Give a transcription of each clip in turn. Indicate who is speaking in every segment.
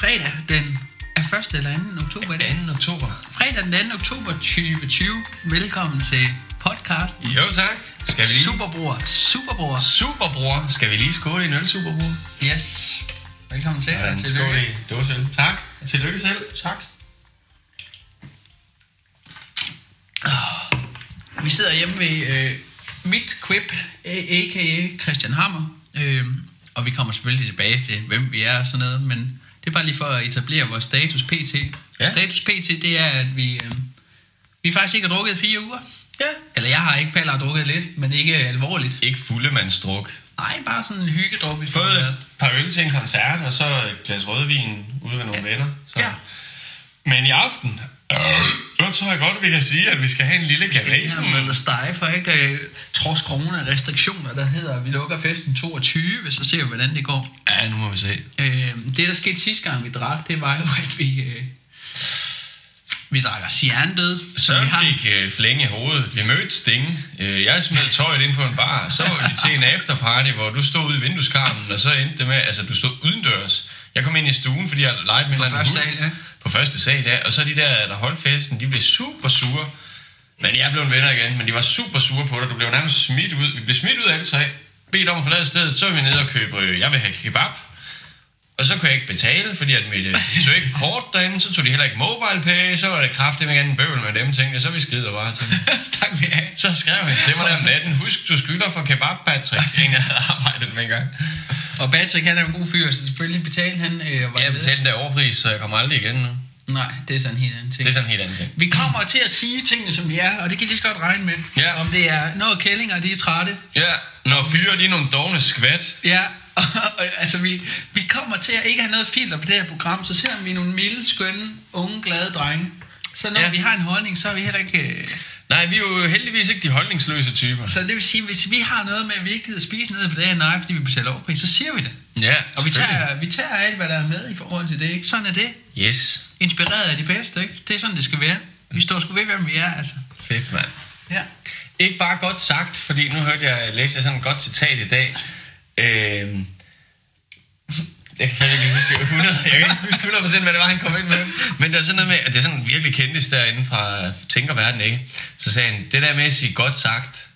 Speaker 1: fredag den er 1. eller 2. oktober i dag.
Speaker 2: 2. oktober.
Speaker 1: Fredag den 2. oktober 2020. Velkommen til podcast
Speaker 2: Jo tak. Skal vi lige...
Speaker 1: Superbror. Superbror.
Speaker 2: Superbror. Skal vi lige skåle i en øl, Superbror?
Speaker 1: Yes. Velkommen til.
Speaker 2: Ja,
Speaker 1: og
Speaker 2: en
Speaker 1: tillykke.
Speaker 2: skål i en dåseøl. Tak. Og tillykke selv. Tak.
Speaker 1: Vi sidder hjemme ved øh, mit quip, a- a.k.a. Christian Hammer. Øh, og vi kommer selvfølgelig tilbage til, hvem vi er og sådan noget, men det er bare lige for at etablere vores status pt. Ja.
Speaker 2: Ja.
Speaker 1: Status pt, det er, at vi, øh, vi faktisk ikke har drukket i fire uger.
Speaker 2: Ja.
Speaker 1: Eller jeg har ikke, Paller har drukket lidt, men ikke alvorligt.
Speaker 2: Ikke fuldemandsdruk.
Speaker 1: Nej, bare sådan en hyggedruk, vi får.
Speaker 2: Både et par øl til en koncert, og så et glas rødvin ude med nogle ja. venner. Så.
Speaker 1: Ja.
Speaker 2: Men i aften, øh, nu tror jeg godt, vi kan sige, at vi skal have en lille galasen.
Speaker 1: Eller stege for ikke øh, trods corona restriktioner, der hedder, at vi lukker festen 22, så ser vi, hvordan det går.
Speaker 2: Ja, nu må vi se.
Speaker 1: Øh, det, der skete sidste gang, vi drak, det var jo, at vi... Øh, vi drak os hjernedød. som vi
Speaker 2: Søren
Speaker 1: har.
Speaker 2: fik øh, flænge i hovedet. Vi mødte Sting. Øh, jeg smed tøjet ind på en bar. Så var vi til en afterparty, hvor du stod ude i vindueskarmen, og så endte det med, altså du stod udendørs. Jeg kom ind i stuen, fordi jeg legede med
Speaker 1: På
Speaker 2: en eller anden
Speaker 1: første
Speaker 2: hund.
Speaker 1: sal, ja.
Speaker 2: På første sal, ja. Og så de der, der holdt festen, de blev super sure. Men jeg blev en venner igen, men de var super sure på dig. Du blev nærmest smidt ud. Vi blev smidt ud alle tre. Bedt om at forlade stedet, så var vi nede og købe, øh, jeg vil have kebab. Og så kunne jeg ikke betale, fordi at mit, øh, de tog ikke kort derinde, så tog de heller ikke mobile pay, så var det kraftigt med en bøvl med dem, tænkte jeg, så vi skider bare til.
Speaker 1: Stak vi af.
Speaker 2: Så skrev han til mig der om natten, husk du skylder for kebab, Patrick, en jeg havde arbejdet med engang.
Speaker 1: Og Patrick, han er jo en god fyr, så selvfølgelig betalte han. Øh, og var
Speaker 2: Jeg
Speaker 1: med.
Speaker 2: betalte den der overpris, så jeg kommer aldrig igen nu.
Speaker 1: Nej, det er sådan en helt anden ting.
Speaker 2: Det er sådan en helt anden ting.
Speaker 1: Vi kommer til at sige tingene, som de er, og det kan I lige så godt regne med.
Speaker 2: Ja.
Speaker 1: Om det er noget kællinger, de er trætte.
Speaker 2: Ja, når fyre de er nogle dogne skvat,
Speaker 1: Ja, og, altså vi, vi kommer til at ikke have noget filter på det her program, så selvom vi er nogle milde, skønne, unge, glade drenge, så når ja.
Speaker 2: Ja.
Speaker 1: vi har en holdning, så er vi heller ikke... øh,
Speaker 2: Nej, vi er jo heldigvis ikke de holdningsløse typer.
Speaker 1: Så det vil sige, hvis vi har noget med, at vi ikke gider spise nede på det her nej, fordi vi betaler overpris, så siger vi det.
Speaker 2: Ja,
Speaker 1: Og vi
Speaker 2: selvfølgelig.
Speaker 1: tager, vi tager alt, hvad der er med i forhold til det, ikke? Sådan er det.
Speaker 2: Yes.
Speaker 1: Inspireret af de bedste, ikke? Det er sådan, det skal være. Vi står sgu ved, hvem vi er, altså.
Speaker 2: Fedt, mand.
Speaker 1: Ja.
Speaker 2: Ikke bare godt sagt, fordi nu hørte jeg, læste jeg sådan et godt citat i dag. Øhm, jeg kan fandme ikke huske 100, jeg kan ikke huske 100 hvad det var, han kom ind med. Men det er sådan noget med, at det er sådan virkelig kendis derinde fra Tænkerverden, ikke? Så sagde han, det der med at sige godt sagt,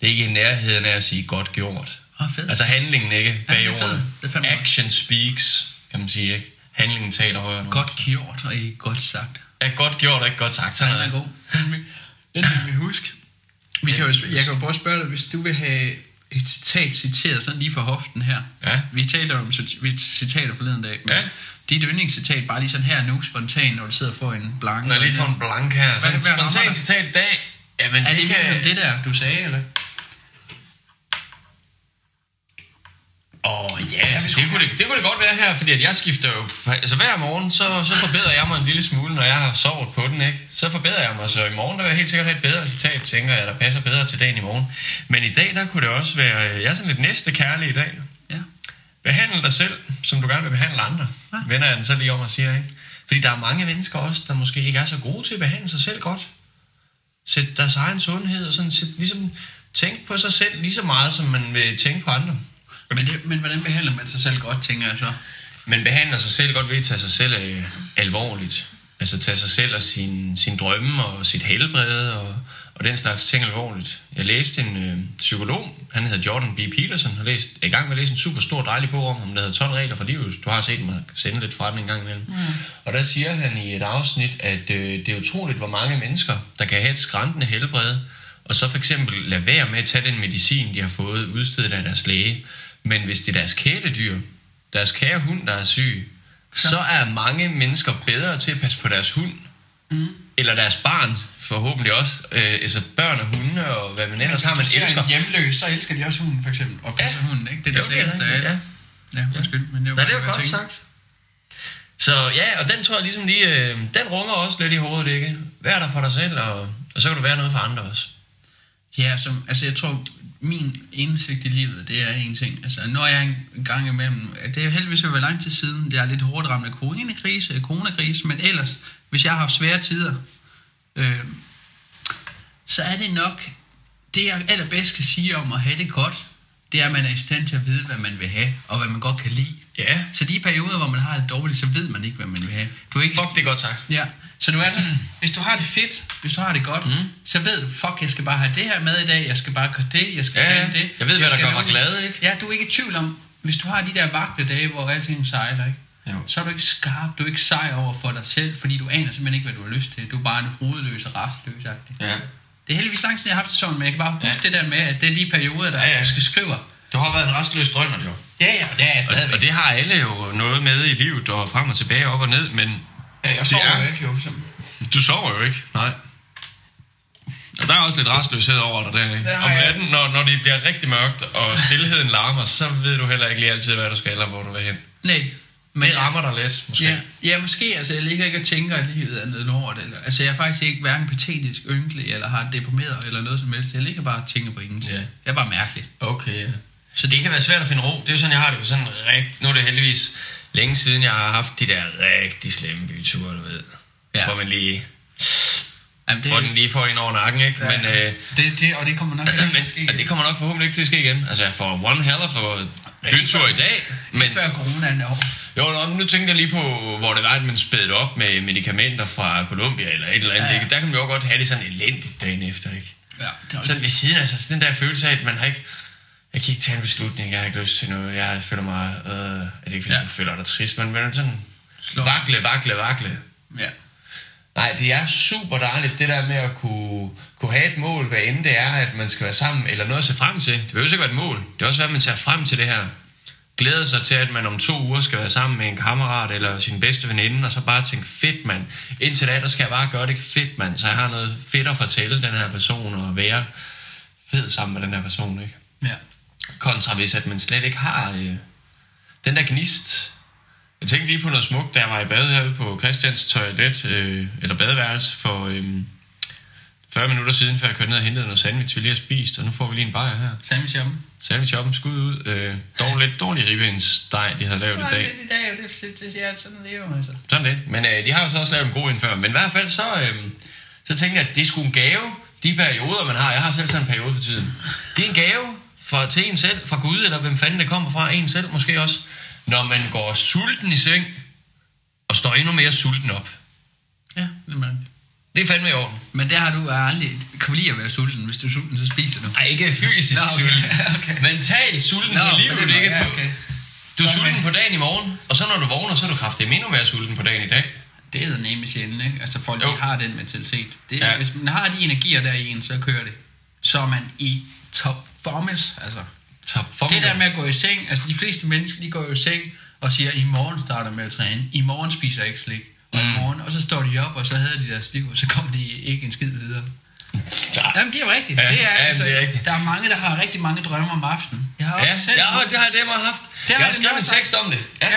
Speaker 2: det er ikke i nærheden af at sige godt gjort.
Speaker 1: Åh, fedt.
Speaker 2: Altså handlingen, ikke?
Speaker 1: Ja,
Speaker 2: Bag
Speaker 1: det er fedt.
Speaker 2: ordet.
Speaker 1: Det er fandme godt.
Speaker 2: Action speaks, kan man sige, ikke? Handlingen taler højere nu.
Speaker 1: Godt gjort, og ikke godt sagt.
Speaker 2: Er godt gjort og ikke godt sagt. Sådan
Speaker 1: Den er
Speaker 2: det.
Speaker 1: god. Den vil, den vil vi huske. Vi kan jo, jeg kan jo prøve at spørge dig, hvis du vil have et citat citeret sådan lige fra hoften her.
Speaker 2: Ja.
Speaker 1: Vi talte om cit- vi citater forleden dag. men
Speaker 2: Ja.
Speaker 1: Dit yndlingscitat, bare lige sådan her nu, spontant, når du sidder for en blank.
Speaker 2: Når jeg lige får en blank her. Så
Speaker 1: Hvad-
Speaker 2: en
Speaker 1: hvad rammer
Speaker 2: spontan
Speaker 1: dig?
Speaker 2: citat i dag. Jamen,
Speaker 1: Er det
Speaker 2: det kan...
Speaker 1: virkelig det der, du sagde, eller?
Speaker 2: Åh, oh, ja, altså, det, kunne det, det kunne det godt være her, fordi at jeg skifter jo... Altså hver morgen, så, så forbedrer jeg mig en lille smule, når jeg har sovet på den, ikke? Så forbedrer jeg mig, så i morgen der vil jeg helt sikkert have et bedre citat, tænker jeg, der passer bedre til dagen i morgen. Men i dag, der kunne det også være... øh, Jeg er sådan lidt næste kærlig i dag.
Speaker 1: Ja.
Speaker 2: Behandle dig selv, som du gerne vil behandle andre.
Speaker 1: Ja.
Speaker 2: Vender jeg den så lige om og siger, ikke? Fordi der er mange mennesker også, der måske ikke er så gode til at behandle sig selv godt. Sæt deres egen sundhed og sådan, sæt, ligesom tænk på sig selv lige så meget, som man vil tænke på andre.
Speaker 1: Men, det, men hvordan behandler man sig selv godt, tænker jeg så?
Speaker 2: Man behandler sig selv godt ved at tage sig selv øh, alvorligt. Altså tage sig selv og sin, sin drømme og sit helbred og, og den slags ting alvorligt. Jeg læste en øh, psykolog, han hedder Jordan B. Peterson, har læst, er i gang med at læse en super stor dejlig bog om ham, der hedder 12 regler for livet. Du har set mig sende lidt fra den en gang imellem. Mm. Og der siger han i et afsnit, at øh, det er utroligt, hvor mange mennesker, der kan have et skrantende helbred, og så for eksempel lade være med at tage den medicin, de har fået udstedet af deres læge. Men hvis det er deres kæledyr, deres kære hund, der er syg, så er mange mennesker bedre til at passe på deres hund, mm. eller deres barn forhåbentlig også, øh, altså børn og hunde og hvad man ellers har, man elsker.
Speaker 1: hjemløs, så elsker de også hunden, for eksempel. Og
Speaker 2: passer
Speaker 1: hunden, ikke? Det er
Speaker 2: Jo, det er rigtigt, ja.
Speaker 1: Ja, undskyld, men det var
Speaker 2: Nej, det er jo godt sagt. Så ja, og den tror jeg ligesom lige, øh, den runger også lidt i hovedet, ikke? Vær der for dig selv, og, og så kan du være noget for andre også.
Speaker 1: Ja, som, altså jeg tror, min indsigt i livet, det er en ting. Altså, når jeg en gang imellem, det er heldigvis ved at være lang tid siden, jeg er lidt hårdt ramt af coronakrise, coronakrise, men ellers, hvis jeg har haft svære tider, øh, så er det nok, det jeg allerbedst kan sige om at have det godt, det er, at man er i stand til at vide, hvad man vil have, og hvad man godt kan lide.
Speaker 2: Ja.
Speaker 1: Så de perioder, hvor man har det dårligt, så ved man ikke, hvad man vil have. Du er ikke
Speaker 2: Fuck, det er godt sagt.
Speaker 1: Ja, så du er sådan, hvis du har det fedt, hvis du har det godt, mm. så ved du, fuck, jeg skal bare have det her med i dag, jeg skal bare gøre det, jeg skal
Speaker 2: Ja,
Speaker 1: træne
Speaker 2: ja.
Speaker 1: det.
Speaker 2: Jeg ved, hvad der
Speaker 1: skal
Speaker 2: gør mig
Speaker 1: nå det.
Speaker 2: glad, ikke?
Speaker 1: Ja, du er ikke i tvivl om, hvis du har de der vagte dage, hvor alting sejler, ikke?
Speaker 2: Jo.
Speaker 1: så er du ikke skarp, du er ikke sej over for dig selv, fordi du aner simpelthen ikke, hvad du har lyst til. Du er bare en hovedløs og restløs. Ja.
Speaker 2: Ja.
Speaker 1: Det er heldigvis lang tid, jeg har haft det sådan, men jeg kan bare huske
Speaker 2: Ja.
Speaker 1: ja. det der med, at det er de perioder, der
Speaker 2: Ja,
Speaker 1: ja,
Speaker 2: ja.
Speaker 1: ja. skal skrive.
Speaker 2: Du har været en restløs drømmer, jo.
Speaker 1: Ja, ja, det er jeg
Speaker 2: Og, og det har alle jo noget med i livet, og frem og tilbage, op og ned, men
Speaker 1: ja, jeg
Speaker 2: det
Speaker 1: sover
Speaker 2: er-
Speaker 1: jo ikke, jo. Som,
Speaker 2: du sover jo ikke. Nej. Og der er også lidt restløshed over dig der, ikke?
Speaker 1: Det har
Speaker 2: Om
Speaker 1: jeg.
Speaker 2: natten, når, når det bliver rigtig mørkt, og stillheden larmer, så ved du heller ikke lige altid, hvad du skal, eller hvor du vil hen.
Speaker 1: nej,
Speaker 2: Men det rammer dig lidt, måske.
Speaker 1: Ja, ja, måske. Altså, jeg ligger ikke og tænker, at livet er noget lort. Eller, altså, jeg er faktisk ikke hverken patetisk, ynkelig, eller har deprimeret, eller noget som helst. Jeg ligger bare og tænker på ingenting.
Speaker 2: Ja.
Speaker 1: Jeg er bare mærkelig.
Speaker 2: Okay, ja. Så det kan være svært at finde ro. Det er jo sådan, jeg har det på sådan rigt... Nu er det heldigvis længe siden, jeg har haft de der rigtig slemme byture, du ved. Ja.
Speaker 1: Ja.
Speaker 2: Hvor man lige...
Speaker 1: Jamen, det,
Speaker 2: Hvor den lige får en over nakken, ikke? Ja. Men, øh,
Speaker 1: det, det, og det kommer nok ikke til at ske.
Speaker 2: men og det kommer nok forhåbentlig ikke til at ske igen. Altså, jeg får one heller for bytur i dag. Men,
Speaker 1: men... før coronaen er over.
Speaker 2: jo, nå, men nu tænkte jeg lige på, hvor det var, at man spædte op med medicamenter fra Colombia eller et eller andet.
Speaker 1: Ja,
Speaker 2: Ja,
Speaker 1: ja.
Speaker 2: ja. Der kan man jo godt have det sådan elendigt dagen efter, ikke?
Speaker 1: Ja, det er
Speaker 2: Sådan ved siden, altså sådan den der følelse af, at man har ikke... Jeg kan ikke tage en beslutning, jeg har ikke lyst til noget, jeg føler mig... Øh, er det ikke, fordi ja.
Speaker 1: Ja.
Speaker 2: du føler dig trist, men man sådan...
Speaker 1: Slå.
Speaker 2: Vakle, vakle, vakle.
Speaker 1: ja.
Speaker 2: Nej, det er super dejligt, det der med at kunne, kunne have et mål, hvad end det er, at man skal være sammen, eller noget at se frem til. Det behøver ikke være et mål. Det er også, hvad man ser frem til det her. Glæder sig til, at man om to uger skal være sammen med en kammerat eller sin bedste veninde, og så bare tænke, fedt mand, indtil da, der skal jeg bare gøre det fedt mand, så jeg har noget fedt at fortælle den her person, og være fed sammen med den her person, ikke?
Speaker 1: ja.
Speaker 2: Kontra hvis, at man slet ikke har øh, den der gnist. Jeg tænkte lige på noget smukt, da jeg var i bad herude på Christians toilet, øh, eller badeværelse, for øh, 40 minutter siden, før jeg kørte ned og hentede noget sandwich, vi lige har spist, og nu får vi lige en bajer her.
Speaker 1: Sandwich om.
Speaker 2: Sandwich op en skud ud. Øh, dog lidt dårlig ribbensdej, de havde lavet i dag.
Speaker 1: i dag, og det er det, jeg sådan lever, altså.
Speaker 2: Sådan det. Men øh, de har jo så også lavet en god en før. Men i hvert fald så, øh, så tænkte jeg, at det er sgu en gave, de perioder, man har. Jeg har selv sådan en periode for tiden. Det er en gave fra, til en selv, fra Gud, eller hvem fanden det kommer fra, en selv måske også. Når man går sulten i seng, og står endnu mere sulten op.
Speaker 1: Ja, det er mærkeligt.
Speaker 2: Det er fandme i orden.
Speaker 1: Men der har du aldrig... Kan lide at være sulten. Hvis du er sulten, så spiser du.
Speaker 2: Ej, ikke fysisk
Speaker 1: Nå, okay.
Speaker 2: sulten.
Speaker 1: Okay.
Speaker 2: Mentalt sulten
Speaker 1: Nå,
Speaker 2: på
Speaker 1: på den
Speaker 2: livet.
Speaker 1: måde,
Speaker 2: Ikke
Speaker 1: ja,
Speaker 2: på,
Speaker 1: okay.
Speaker 2: Du er
Speaker 1: Sådan,
Speaker 2: sulten
Speaker 1: men-
Speaker 2: på dagen i morgen, og så når du vågner, så er du kraftigt endnu mere sulten på dagen i dag.
Speaker 1: Det er nemlig sjældent, ikke? Altså folk,
Speaker 2: Jo.
Speaker 1: der har den mentalitet. Det,
Speaker 2: Ja.
Speaker 1: ja. Hvis man har de energier der i en, så kører det. Så er man i top formes, altså.
Speaker 2: Top form.
Speaker 1: Det der med at gå i seng, altså de fleste mennesker, de går jo i seng og siger, i morgen starter jeg med at træne, i morgen spiser jeg ikke slik, og
Speaker 2: Mm.
Speaker 1: i morgen, og så står de op, og så havde de deres liv, og så kommer de ikke en skid videre.
Speaker 2: Nej.
Speaker 1: Jamen, det er jo rigtigt.
Speaker 2: Ja,
Speaker 1: det er,
Speaker 2: ja,
Speaker 1: altså,
Speaker 2: det er rigtigt.
Speaker 1: Der er mange, der har rigtig mange drømme om aftenen. Jeg har også
Speaker 2: Ja,
Speaker 1: selv...
Speaker 2: ja det har jeg dem haft. Det
Speaker 1: har
Speaker 2: jeg har
Speaker 1: jeg
Speaker 2: skrevet en
Speaker 1: nemlig også
Speaker 2: tekst om det. Ja.
Speaker 1: ja.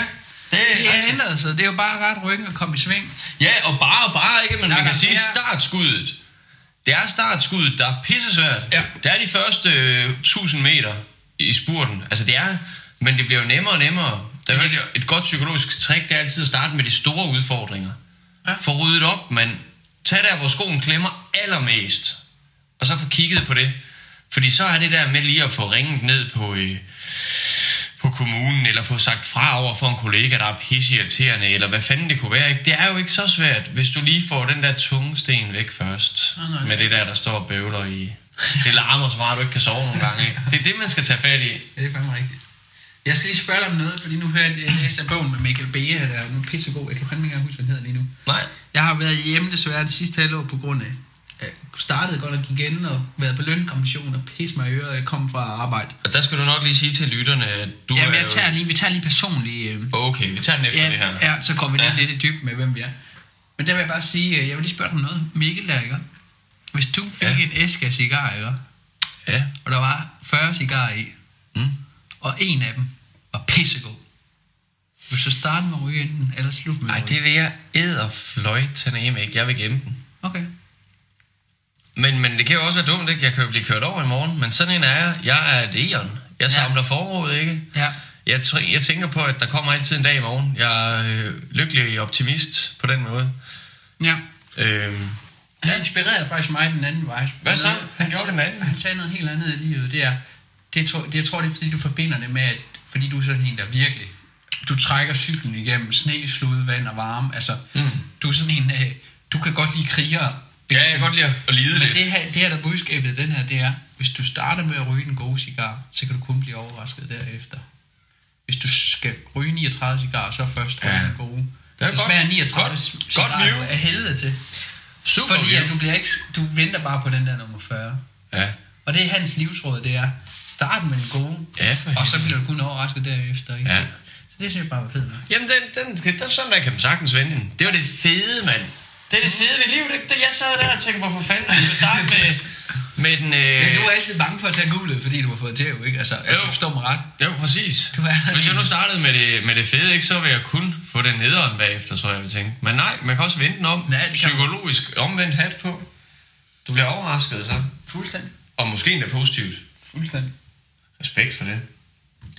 Speaker 2: Det er
Speaker 1: Det er
Speaker 2: rigtigt.
Speaker 1: ændret sig. Det er jo bare ret ryggen at komme i sving.
Speaker 2: ja, og bare og bare, ikke? Men man
Speaker 1: Nej,
Speaker 2: kan
Speaker 1: nej,
Speaker 2: sige
Speaker 1: det er-
Speaker 2: startskuddet. Det er startskuddet, der er pissesvært.
Speaker 1: Ja.
Speaker 2: Det er de første øh, 1000 meter i spurten. Altså det er, men det bliver jo nemmere og nemmere. Der hørte jeg, et godt psykologisk trick, det er altid at starte med de store udfordringer. Ja.
Speaker 1: Ja.
Speaker 2: Få ryddet op, man. Tag der, hvor skoen klemmer allermest. Og så få kigget på det. Fordi så er det der med lige at få ringet ned på... Øh, på kommunen, eller få sagt fra over for en kollega, der er pisseirriterende, eller hvad fanden det kunne være. Ikke? Det er jo ikke så svært, hvis du lige får den der tunge sten væk først.
Speaker 1: Nej, nej.
Speaker 2: Med det der, der står og bøvler i. Det larmer så meget, at du ikke kan sove nogle gange. Ikke? Det er det, man skal tage fat i.
Speaker 1: Ja, det er fandme rigtigt. Jeg skal lige spørge dig om noget, fordi nu hører jeg, at jeg læste bogen med Michael Bea, der er nu pissegod. Jeg kan fandme ikke engang huske, hvad den hedder lige nu.
Speaker 2: Nej.
Speaker 1: Jeg har været hjemme desværre det sidste halvår på grund af, jeg startede godt og gik igen og været på lønkommission og pisse mig i øret, og jeg kom fra arbejde.
Speaker 2: Og der skal du nok lige sige til lytterne, at du
Speaker 1: Jamen,
Speaker 2: er
Speaker 1: jeg
Speaker 2: jo-
Speaker 1: tager lige, vi tager lige personligt... Øh,
Speaker 2: Okay, vi tager den efter det
Speaker 1: ja,
Speaker 2: her.
Speaker 1: ja, så kommer vi lige
Speaker 2: Ja.
Speaker 1: lidt i dyb med, hvem vi er. Men der vil jeg bare sige, øh, jeg vil lige spørge dig om noget. Mikkel der, ikke? Hvis du fik
Speaker 2: Ja.
Speaker 1: ja. en æske af cigarer, ikke?
Speaker 2: ja.
Speaker 1: og der var 40 cigarer i,
Speaker 2: Mm.
Speaker 1: og en af dem var pissegod. Vil du så starte med at ryge enten, eller slutte med at
Speaker 2: Ej,
Speaker 1: ryge?
Speaker 2: det vil jeg æderfløjt til ikke. Jeg vil gemme den.
Speaker 1: Okay.
Speaker 2: Men, men det kan jo også være dumt, ikke? Jeg kan jo blive kørt over i morgen. Men sådan en er jeg. Jeg er et eon. Jeg
Speaker 1: Ja.
Speaker 2: samler forråd, ikke?
Speaker 1: Ja.
Speaker 2: Jeg, tr- jeg tænker på, at der kommer altid en dag i morgen. Jeg er øh, lykkelig optimist på den måde.
Speaker 1: ja.
Speaker 2: Øh,
Speaker 1: Han inspirerede faktisk mig den anden vej.
Speaker 2: Hvad så? Han
Speaker 1: Han,
Speaker 2: gjorde den anden.
Speaker 1: han sagde noget helt andet i livet, det er, Det, tror, det jeg tror, det er fordi, du forbinder det med, at fordi du er sådan en, der virkelig... Du trækker cyklen igennem sne, slud, vand og varme. Altså, mm. du er sådan en... Øh, du kan godt lide krigere.
Speaker 2: Ja, jeg kan godt lide at lide
Speaker 1: Men
Speaker 2: lidt.
Speaker 1: det her, det her, der er budskabet i den her, det er, hvis du starter med at ryge en god cigar, så kan du kun blive overrasket derefter. Hvis du skal ryge 39 cigarer, så først ryge
Speaker 2: Ja.
Speaker 1: ja. en god.
Speaker 2: Det er
Speaker 1: så
Speaker 2: godt-
Speaker 1: smager 39
Speaker 2: godt- godt
Speaker 1: cigarer
Speaker 2: view.
Speaker 1: af helvede til.
Speaker 2: Super
Speaker 1: Fordi
Speaker 2: view.
Speaker 1: at du, bliver ikke, du venter bare på den der nummer 40.
Speaker 2: Ja.
Speaker 1: Og det er hans livsråd, det er, start med den gode,
Speaker 2: Ja, for
Speaker 1: og så
Speaker 2: helvede.
Speaker 1: bliver du kun overrasket derefter. Ikke?
Speaker 2: Ja.
Speaker 1: Så det synes jeg bare var fedt. nok.
Speaker 2: Jamen, den, den, den, den, sådan der kan man sagtens vende den. Det var det fede, mand. Det er det fede ved livet, ikke? Det- Jeg sad der og tænkte, hvorfor fanden skulle jeg starte med, med den... Øh...
Speaker 1: Men du er altid bange for at tage gulet, fordi du har fået tæv, ikke? Altså, altså
Speaker 2: Jo.
Speaker 1: forstå mig ret.
Speaker 2: Jo, præcis.
Speaker 1: Du er-
Speaker 2: Hvis jeg nu startede med det, med det fede, ikke, så ville jeg kun få den nederen bagefter, tror jeg, jeg ville tænke. Men nej, man kan også vente den om.
Speaker 1: Ja, det kan
Speaker 2: Psykologisk omvendt hat på. Du bliver overrasket så.
Speaker 1: Fuldstændig.
Speaker 2: Og måske endda positivt.
Speaker 1: Fuldstændig.
Speaker 2: Respekt for det.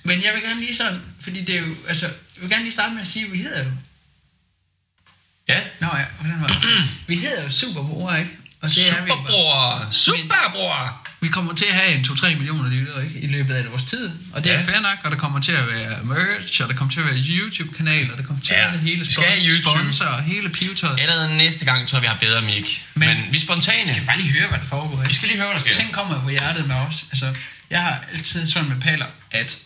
Speaker 1: Men jeg vil gerne lige sådan, fordi det er jo, altså, jeg vil gerne lige starte med at sige, at vi hedder jo.
Speaker 2: Ja.
Speaker 1: Nå ja, på den måde. vi hedder jo Superbror, ikke? Og
Speaker 2: Superbror! Superbror!
Speaker 1: Vi, vi kommer til at have en 2-3 millioner lyttere, ikke? I løbet af et års tid. Og det ja.
Speaker 2: Ja.
Speaker 1: er fair nok, og der kommer til at være merch, og der kommer til at være YouTube-kanal, og der kommer til
Speaker 2: Ja,
Speaker 1: at være hele
Speaker 2: vi skal have YouTube.
Speaker 1: sponsor, og hele pivetøjet.
Speaker 2: Allerede næste gang tror jeg, vi har bedre mic. Men,
Speaker 1: Men-
Speaker 2: Men vi er spontane.
Speaker 1: Jeg skal bare lige høre, hvad der foregår.
Speaker 2: Vi
Speaker 1: Ikke?
Speaker 2: skal lige høre, hvad der sker.
Speaker 1: Ting kommer jo på hjertet med os. Altså, jeg har altid sådan med paler, at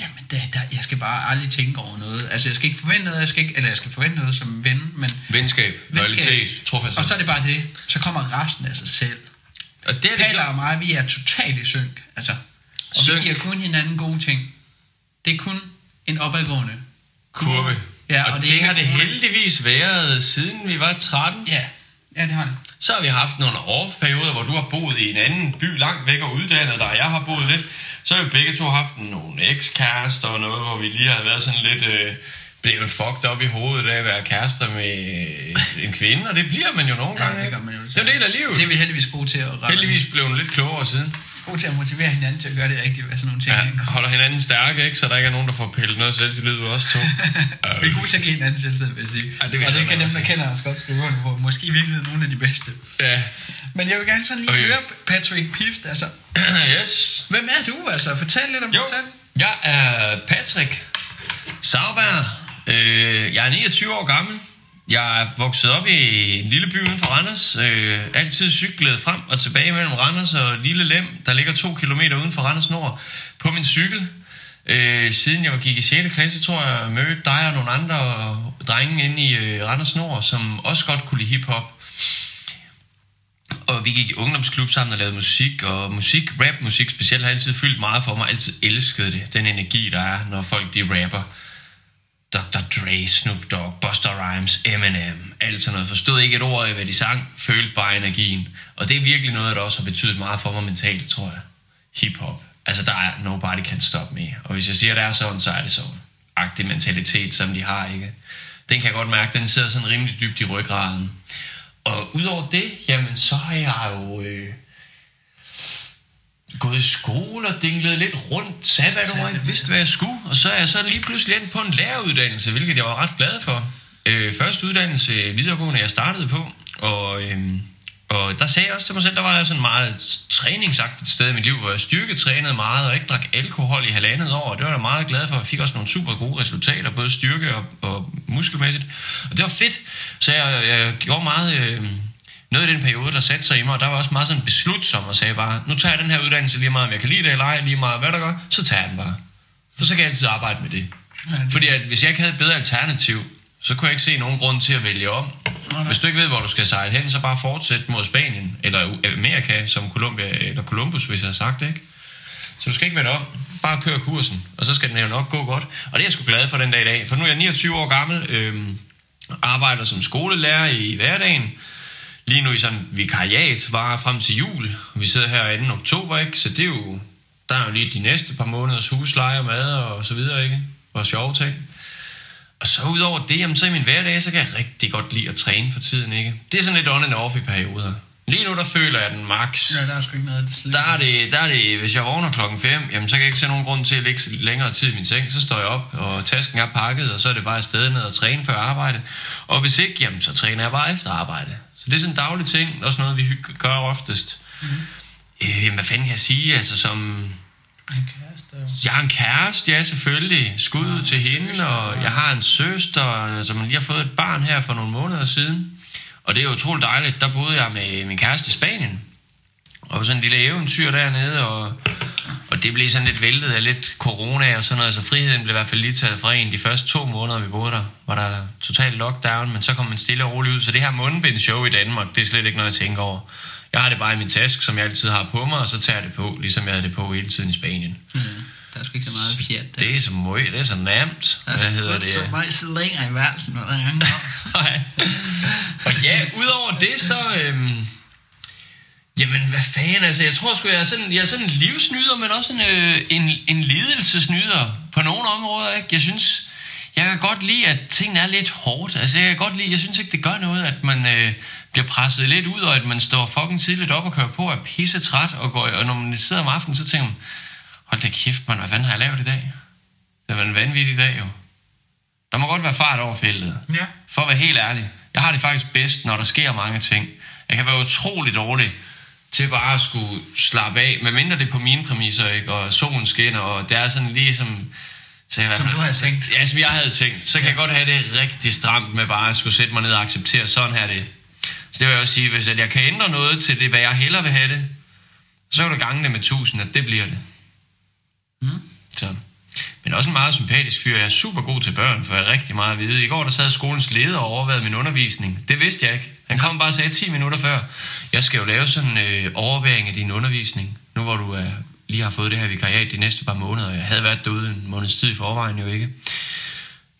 Speaker 1: jamen, der, der, jeg skal bare aldrig tænke over noget. Altså, jeg skal ikke forvente noget, jeg skal ikke, eller jeg skal forvente noget som ven, men...
Speaker 2: Venskab,
Speaker 1: Venskab.
Speaker 2: loyalitet, trofasthed.
Speaker 1: Og så er det bare det. Så kommer resten af sig selv.
Speaker 2: og det, er det,
Speaker 1: Paler og mig, vi er totalt i synk. Altså, og
Speaker 2: Synk.
Speaker 1: vi giver kun hinanden gode ting. Det er kun en opadgående.
Speaker 2: kurve.
Speaker 1: Ja,
Speaker 2: og,
Speaker 1: og
Speaker 2: og
Speaker 1: det
Speaker 2: det,
Speaker 1: er
Speaker 2: det har
Speaker 1: ikke
Speaker 2: det
Speaker 1: kurve.
Speaker 2: heldigvis været, siden vi var 13.
Speaker 1: Ja, ja det har det.
Speaker 2: Så har vi haft nogle off-perioder, hvor du har boet i en anden by langt væk og uddannet dig, og jeg har boet lidt. Så har vi begge to haft nogle ekskærester og noget, hvor vi lige har været sådan lidt... Øh, blevet fucked op i hovedet af at være kærester med øh, en kvinde, og det bliver man jo nogle
Speaker 1: Ja,
Speaker 2: gange.
Speaker 1: det
Speaker 2: ikke?
Speaker 1: gør man jo.
Speaker 2: det er jo en del af livet.
Speaker 1: Det er vi heldigvis gode til at rette.
Speaker 2: Heldigvis blev hun lidt klogere siden.
Speaker 1: gode til at motivere hinanden til at gøre det rigtigt, hvad sådan nogle ting
Speaker 2: Ja,
Speaker 1: angår.
Speaker 2: holder hinanden stærke, ikke? Så der ikke er nogen, der får pillet noget selvtillid ud af os to.
Speaker 1: Vi er gode til at give hinanden selvtid, vil jeg sige.
Speaker 2: Ja, det vil jeg
Speaker 1: og det
Speaker 2: sige.
Speaker 1: kan dem, der kender os godt skrive under på. Måske i virkeligheden nogle af de bedste.
Speaker 2: ja.
Speaker 1: Men jeg vil gerne sådan lige
Speaker 2: Okay.
Speaker 1: okay. høre Patrick Pift, altså.
Speaker 2: yes.
Speaker 1: Hvem er du, altså? Fortæl lidt om
Speaker 2: Jo,
Speaker 1: dig selv.
Speaker 2: jeg er Patrick Sauberg. Øh, jeg er 29 år gammel. Jeg er vokset op i en lille by uden for Randers. Øh, altid cyklet frem og tilbage mellem Randers og Lille Lem, der ligger to kilometer uden for Randers Nord, på min cykel. Øh, siden jeg gik i 6. klasse, tror jeg, mødte dig og nogle andre drenge inde i øh, Randers Nord, som også godt kunne lide hiphop. Og vi gik i ungdomsklub sammen og lavede musik, og musik, rap musik specielt, har altid fyldt meget for mig. Altid elskede det, den energi, der er, når folk de rapper. Dr. Dre, Snoop Dogg, Buster Rhymes, Eminem, alt sådan noget. Forstod ikke et ord af, hvad de sang, følte bare energien. Og det er virkelig noget, der også har betydet meget for mig mentalt, tror jeg. Hip-hop. Altså, der er nobody can stop me. Og hvis jeg siger, det er sådan, så er det sådan. Agtig mentalitet, som de har, ikke? Den kan jeg godt mærke, den sidder sådan rimelig dybt i ryggraden. Og udover det, jamen, så har jeg jo... Øh, gået i skole og dinglet lidt rundt, sabbatår, ikke vidste, hvad jeg skulle. Og så er jeg så lige pludselig endt på en læreruddannelse, hvilket jeg var ret glad for. Øh, første uddannelse videregående, jeg startede på, og, øhm, og der sagde jeg også til mig selv, der var jeg sådan meget træningsagtigt sted i mit liv, hvor jeg styrketrænede meget og ikke drak alkohol i halvandet år, og det var jeg da meget glad for. Jeg fik også nogle super gode resultater, både styrke og, og muskelmæssigt, og det var fedt. Så jeg, jeg gjorde meget... Øh, noget i den periode, der satte sig i mig, og der var også meget sådan beslutsom og sagde bare, nu tager jeg den her uddannelse lige meget, om jeg kan lide det eller ej, lige meget hvad der gør, så tager jeg den bare. For så kan jeg altid arbejde med det.
Speaker 1: Ja.
Speaker 2: Fordi at hvis jeg ikke havde et bedre alternativ, så kunne jeg ikke se nogen grund til at vælge om.
Speaker 1: nej.
Speaker 2: Hvis du ikke ved, hvor du skal sejle hen, så bare fortsæt mod Spanien, eller U- Amerika, som Columbia, eller Columbus, hvis jeg har sagt det, ikke? Så du skal ikke vende om. Bare kør kursen, og så skal den jo nok gå godt. Og det er jeg sgu glad for den dag i dag, for nu er jeg 29 år gammel, øhm, arbejder som skolelærer i hverdagen. Lige nu i sådan vikariat, varer frem til jul. Vi sidder her 2. oktober, ikke? Så det er jo, der er jo lige de næste par måneders husleje og mad og så videre, ikke? Og sjove ting. Og så udover det, jamen, så i min hverdag, så kan jeg rigtig godt lide at træne for tiden, ikke? Det er sådan lidt on and off i perioder. Lige nu, der føler jeg den max.
Speaker 1: Ja, der er sgu ikke noget, det slet.
Speaker 2: Der er, det, der er det, hvis jeg vågner klokken 5, jamen så kan jeg ikke se nogen grund til at ligge længere tid i min seng. Så står jeg op, og tasken er pakket, og så er det bare afsted ned og træne før arbejde. Og hvis ikke, jamen så træner jeg bare efter arbejde. Så det er sådan en daglig ting, også noget vi hygge- gør oftest. Mm. øh, jamen, hvad fanden kan jeg sige? Altså, som,
Speaker 1: En kæreste.
Speaker 2: jeg har en kæreste, ja selvfølgelig. Skud
Speaker 1: Ja,
Speaker 2: ud til
Speaker 1: en
Speaker 2: hende,
Speaker 1: søster,
Speaker 2: og
Speaker 1: ja.
Speaker 2: jeg har en søster, som lige har fået et barn her for nogle måneder siden. Og det er utroligt dejligt. Der boede jeg med min kæreste i Spanien. Og sådan en lille eventyr dernede, og, og det blev sådan lidt væltet af lidt corona og sådan noget. Så friheden blev i hvert fald lige taget fra en de første to måneder, vi boede der. Var der total lockdown, men så kom man stille og roligt ud. Så det her mundbindshow i Danmark, det er slet ikke noget, jeg tænker over. Jeg har det bare i min taske, som jeg altid har på mig, og så tager jeg det på, ligesom jeg havde det på hele tiden i Spanien.
Speaker 1: Mm. Der er sgu ikke så meget pjat.
Speaker 2: Det er så møg, det er så nemt.
Speaker 1: der er
Speaker 2: Hvad
Speaker 1: sgu
Speaker 2: hedder
Speaker 1: ikke
Speaker 2: det?
Speaker 1: så meget slinger i værelsen, når der er en
Speaker 2: Nej. Og ja, udover det, så... Øhm, jamen, hvad fanden, altså, jeg tror sgu, jeg er sådan, jeg er sådan en livsnyder, men også en, øh, en, en lidelsesnyder på nogle områder, ikke? Jeg synes, jeg kan godt lide, at tingene er lidt hårdt. Altså, jeg kan godt lide, jeg synes ikke, det gør noget, at man øh, bliver presset lidt ud, og at man står fucking tidligt op og kører på, og er pisse træt, og, går, og når man sidder om aftenen, så tænker man, hold da kæft, man, hvad fanden har jeg lavet i dag? Det var en vanvittig dag, jo. Der må godt være fart over feltet.
Speaker 1: Ja.
Speaker 2: For at være helt ærlig, jeg har det faktisk bedst, når der sker mange ting. Jeg kan være utrolig dårlig til bare at skulle slappe af, medmindre det er på mine præmisser, ikke? og solen skinner, og det er sådan lige som... Så jeg i hvert
Speaker 1: Som
Speaker 2: fald-
Speaker 1: du havde tænkt.
Speaker 2: Ja, som jeg havde tænkt. Så kan jeg godt have det rigtig stramt med bare at skulle sætte mig ned og acceptere sådan her er det. Så det vil jeg også sige, hvis at jeg kan ændre noget til det, hvad jeg hellere vil have det, så kan du gange det med tusind, at det bliver det.
Speaker 1: Mm.
Speaker 2: Så. Men også en meget sympatisk fyr. Jeg er super god til børn, for jeg har rigtig meget at vide. I går der sad skolens leder og overvejede min undervisning. Det vidste jeg ikke. Han kom bare og sagde 10 minutter før. Jeg skal jo lave sådan en øh, overværing af din undervisning. Nu hvor du øh, lige har fået det her vikariat de næste par måneder. Jeg havde været derude en måneds tid i forvejen jo ikke.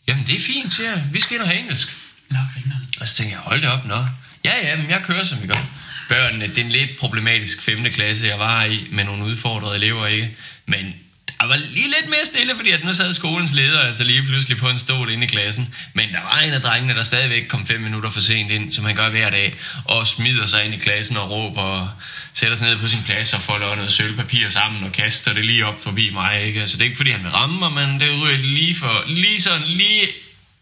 Speaker 2: Jamen det er fint, siger jeg. Vi skal ind og have engelsk.
Speaker 1: Nå, grinerne.
Speaker 2: Og så tænkte jeg, hold det op, nå. Ja, ja, men jeg kører, som vi gør. Børnene, det er en lidt problematisk 5. klasse, jeg var i, med nogle udfordrede elever, ikke? Men der var lige lidt mere stille, fordi at nu sad skolens leder altså lige pludselig på en stol inde i klassen. Men der var en af drengene, der stadigvæk kom 5 minutter for sent ind, som han gør hver dag, og smider sig ind i klassen og råber, og sætter sig ned på sin plads og folder noget sølvpapir sammen og kaster det lige op forbi mig, ikke? Altså det er ikke, fordi han vil ramme mig, men det ryger lige, for, lige sådan, lige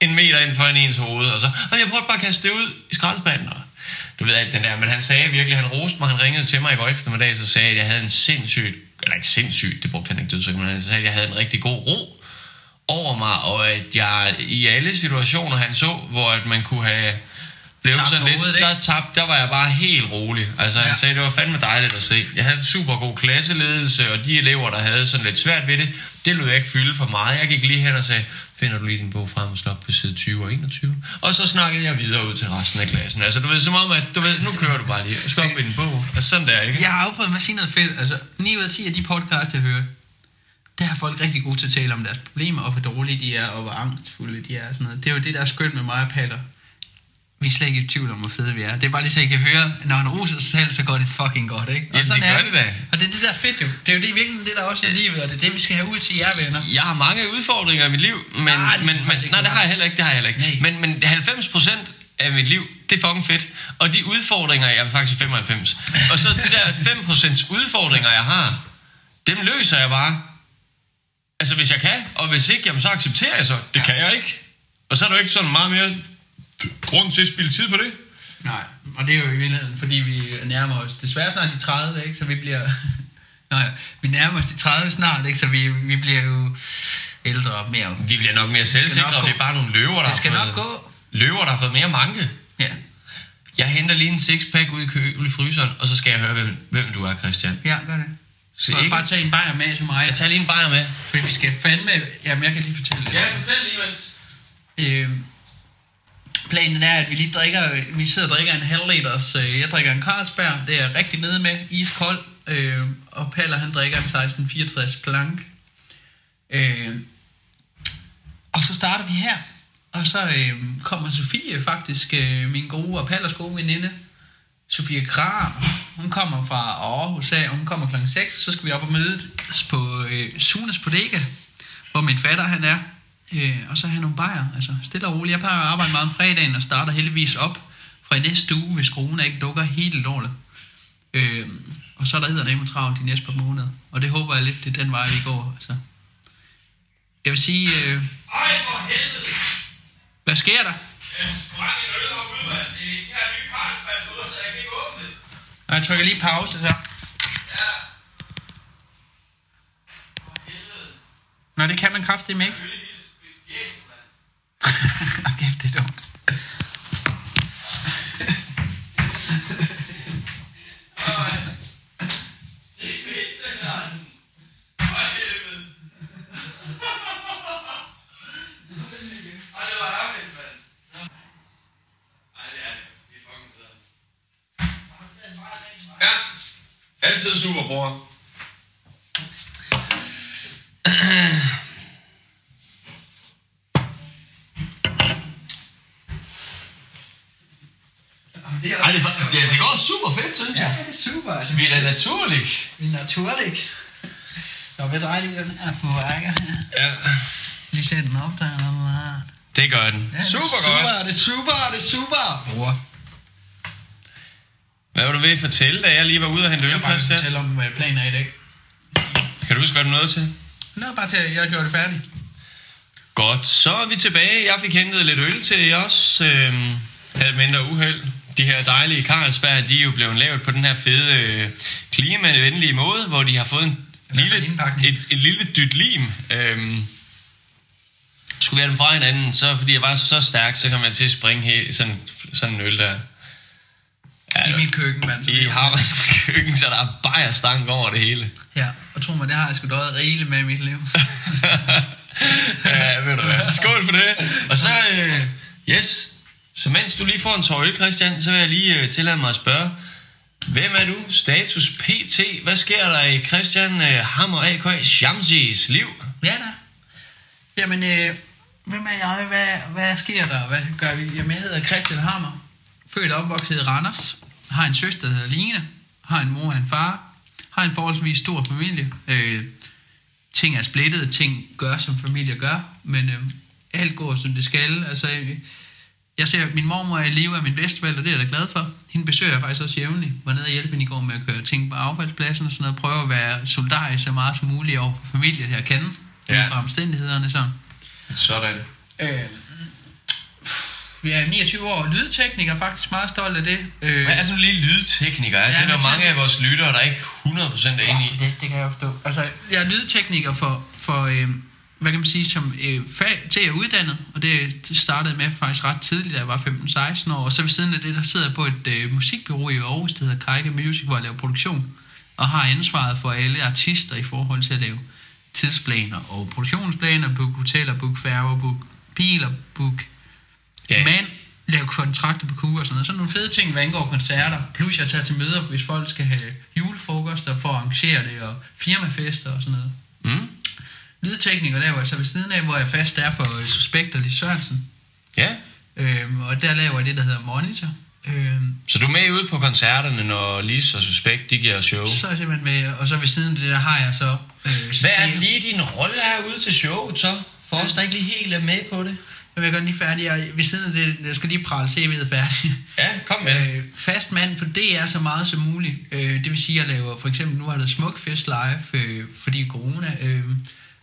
Speaker 2: en meter ind foran ens hoved, og så, og jeg prøvede bare at kaste det ud i skraldespanden, og du ved alt den der, men han sagde virkelig, han roste mig, han ringede til mig i går eftermiddag, så sagde, at jeg havde en sindssygt, eller ikke sindssygt, det brugte han ikke det udtryk, men han sagde, altså at jeg havde en rigtig god ro over mig, og at jeg i alle situationer, han så, hvor at man kunne have blevet
Speaker 1: Tabt
Speaker 2: sådan
Speaker 1: hovedet,
Speaker 2: lidt,
Speaker 1: ikke?
Speaker 2: der, tabte, der var jeg bare helt rolig. Altså han
Speaker 1: Ja.
Speaker 2: sagde, det var fandme dejligt at se. Jeg havde en super god klasseledelse, og de elever, der havde sådan lidt svært ved det, det lød jeg ikke fylde for meget. Jeg gik lige hen og sagde, finder du lige din bog frem og slå op på side 20 og 21? Og så snakkede jeg videre ud til resten af klassen. Altså du ved, som om, at du ved, nu kører du bare lige. Slå op i din bog. Altså sådan der, ikke?
Speaker 1: Jeg har afprøvet med at sige noget fedt. Altså, 9 ud af 10 af de podcasts, jeg hører, der er folk rigtig gode til at tale om deres problemer, og hvor dårlige de er, og hvor angstfulde de er og sådan noget. Det er jo det, der er skønt med mig og Paller. Vi er slet ikke i tvivl om, hvor fede vi er. Det er bare lige så, I kan høre, når han roser sig selv, så går det fucking godt, ikke? Og
Speaker 2: Jamen, det gør
Speaker 1: er
Speaker 2: det da.
Speaker 1: Og det er det, der er fedt jo. Det er jo det, virkelig det, der også er livet, og det er det, vi skal have ud til jer, venner.
Speaker 2: Jeg har mange udfordringer i mit liv, men,
Speaker 1: Nej, det synes
Speaker 2: men,
Speaker 1: jeg
Speaker 2: men
Speaker 1: faktisk ikke,
Speaker 2: nej,
Speaker 1: du
Speaker 2: det
Speaker 1: har.
Speaker 2: har jeg heller ikke, det har jeg heller ikke.
Speaker 1: Nej.
Speaker 2: Men, men 90% af mit liv, det er fucking fedt. Og de udfordringer, jeg er faktisk 95. Og så de der 5% udfordringer, jeg har, dem løser jeg bare. Altså hvis jeg kan, og hvis ikke, jamen så accepterer jeg så. Det
Speaker 1: Ja.
Speaker 2: kan jeg ikke. Og så er der jo ikke sådan meget mere grund til at spille tid på det.
Speaker 1: Nej, og det er jo i virkeligheden, fordi vi nærmer os desværre snart de 30, ikke? Så vi bliver... Nej, vi nærmer os de 30 snart, ikke? Så vi, vi bliver jo ældre og mere...
Speaker 2: Vi bliver nok mere
Speaker 1: skal
Speaker 2: selvsikre,
Speaker 1: nok
Speaker 2: og vi
Speaker 1: gå.
Speaker 2: er bare nogle løver, der
Speaker 1: Det skal
Speaker 2: har
Speaker 1: nok
Speaker 2: fået,
Speaker 1: gå.
Speaker 2: løver, der har fået mere manke.
Speaker 1: Ja.
Speaker 2: Jeg henter lige en sixpack ud i, kø, i fryseren, og så skal jeg høre, hvem, hvem du er, Christian.
Speaker 1: Ja, gør det.
Speaker 2: Så
Speaker 1: Så
Speaker 2: ikke-
Speaker 1: ikke... bare tage en bajer med til mig. Altså,
Speaker 2: Jeg tager lige en bajer med.
Speaker 1: Fordi vi skal fandme... Jamen, jeg kan lige fortælle det.
Speaker 2: fortæl lige, mens.
Speaker 1: Øhm, planen er, at vi lige drikker... Vi sidder og drikker en halv liters... Øh, jeg drikker en Carlsberg. Det er jeg rigtig nede med. Iskold. Øh, og Paller, han drikker en 1664 Blanc. Øh, og så starter vi her. Og så øh, kommer Sofie faktisk, øh, min gode og Pallers gode veninde. Sofie Kram, hun kommer fra Aarhus af, hun kommer klokken 6, så skal vi op og mødes på øh, Sunes Bodega, hvor min fatter han er, øh, og så have nogle bajer, altså stille og roligt. Jeg plejer at arbejde meget om fredagen og starter heldigvis op fra i næste uge, hvis skruen ikke dukker helt lortet. Øh, og så er der hedder travlt de næste par måneder, og det håber jeg lidt, det er den vej, vi går. Altså. Jeg vil sige, øh,
Speaker 2: Ej, for helvede.
Speaker 1: hvad sker der?
Speaker 2: Jeg sprang en øl herude, mand. Det er ikke her nye karlsmand, så jeg kan ikke åbne det.
Speaker 1: Og jeg trykker lige pause her.
Speaker 2: Ja,
Speaker 1: Nå, det kan man kraftigt ikke. okay, det er dumt.
Speaker 2: Ja, altid super, bror.
Speaker 3: Det er,
Speaker 2: Ej, det, ja, det går super fedt, synes jeg.
Speaker 1: Ja.
Speaker 3: ja, det er super. Altså,
Speaker 2: Vi er da naturligt.
Speaker 3: vi er naturligt.
Speaker 1: Nå, vi drejer lige den her forværker her.
Speaker 2: Ja,
Speaker 1: Lige sæt den op der.
Speaker 2: det gør den. Ja, super, super godt.
Speaker 1: det er super, det er super. Bror.
Speaker 2: Hvad var du ved at fortælle, da jeg lige var ude og hente
Speaker 1: Jeg
Speaker 2: øl,
Speaker 1: vil bare
Speaker 2: Christian?
Speaker 1: fortælle om øh, planer i dag.
Speaker 2: Kan du huske, hvad du nåede til?
Speaker 1: Nå, bare til, at jeg gjorde det færdigt.
Speaker 2: Godt, så er vi tilbage. Jeg fik hentet lidt øl til os. Øhm, havde et mindre uheld. De her dejlige Carlsberg, de er jo blevet lavet på den her fede øh, klimavenlige måde, hvor de har fået en
Speaker 1: hvert fald
Speaker 2: lille,
Speaker 1: indpakning.
Speaker 2: et, et lille dyt lim. Øhm, skulle vi have dem fra hinanden, så fordi jeg var så stærk, så kom jeg til at springe he, sådan, sådan en øl der.
Speaker 1: I mit køkken, mand. så
Speaker 2: I
Speaker 1: det-
Speaker 2: Harvards køkken, så der er bajerstank over det hele.
Speaker 1: Ja, og tro mig, det har jeg sgu døjet rigeligt med i mit liv.
Speaker 2: ja, ved du hvad. Skål for det. Og så, øh, yes. Så mens du lige får en tår øl, Christian, så vil jeg lige øh, tillade mig at spørge. Hvem er du? Status PT. Hvad sker der i Christian øh, Hammer AK Shamsis liv?
Speaker 1: Ja da. Jamen, øh, hvem er jeg? Hvad, hvad sker der? Hvad gør vi? Jamen, jeg hedder Christian Hammer. Født og opvokset i Randers. Har en søster, der hedder Line. Har en mor og en far. Har en forholdsvis stor familie. Øh, ting er splittet. Ting gør, som familier gør. Men øh, alt går, som det skal. Altså, øh, jeg ser, min mormor er i live af min bedsteforældre, det er jeg da glad for. Hende besøger jeg faktisk også jævnligt. Var nede og hjælpe hende i går med at køre ting på affaldspladsen og sådan noget. Prøve at være solidarisk så meget som muligt over for familien, jeg kender. Ja.
Speaker 2: Ja.
Speaker 1: Ud fra omstændighederne sådan.
Speaker 2: Sådan.
Speaker 1: Øh, vi er 29 år lydtekniker, faktisk meget stolt af det. Øh,
Speaker 2: Hvad er sådan en lille lydtekniker? Ja, det
Speaker 1: Ja,
Speaker 2: er der
Speaker 1: men
Speaker 2: jo mange
Speaker 1: tak.
Speaker 2: af vores lyttere, der er ikke 100% er inde i.
Speaker 1: Det, det kan jeg forstå. Altså, jeg er lydtekniker for, for øh, hvad kan man sige, som øh, fag til at jeg er uddannet, og det det startede med faktisk ret tidligt, da jeg var 15-16 år, og så ved siden af det, der sidder jeg på et øh, musikbureau i Aarhus, der hedder Kajke Music, hvor jeg laver produktion, og har ansvaret for alle artister i forhold til at lave tidsplaner og produktionsplaner, book hoteller, book færger, book biler, book
Speaker 2: Ja.
Speaker 1: ja. mand, lave kontrakter på kuger og sådan noget. Sådan nogle fede ting, hvad angår koncerter. Plus jeg tager til møder, hvis folk skal have julefrokoster for at arrangere det, og firmafester og sådan noget.
Speaker 2: Mm?
Speaker 1: Lydtekniker laver jeg så ved siden af, hvor jeg fast er for øh, Suspekt og Lis Sørensen.
Speaker 2: Ja.
Speaker 1: Øhm, og der laver jeg det, der hedder Monitor. Øhm,
Speaker 2: Så du er med ude på koncerterne, når Lis og Suspekt, de giver show.
Speaker 1: så er jeg simpelthen med, og så ved siden af det, der har jeg så... Øh,
Speaker 2: Hvad er
Speaker 1: stereo-
Speaker 2: lige din rolle herude til showet så? For os, der ikke lige helt er med på det.
Speaker 1: Jeg vil godt lige færdig. Jeg, ved siden af det, jeg skal lige prale CV'et færdigt.
Speaker 2: Ja, kom med det.
Speaker 1: øh, fast mand, for det er så meget som muligt. Øh, det vil sige, at jeg laver, for eksempel nu har der Smukfest live, øh, fordi corona, øh,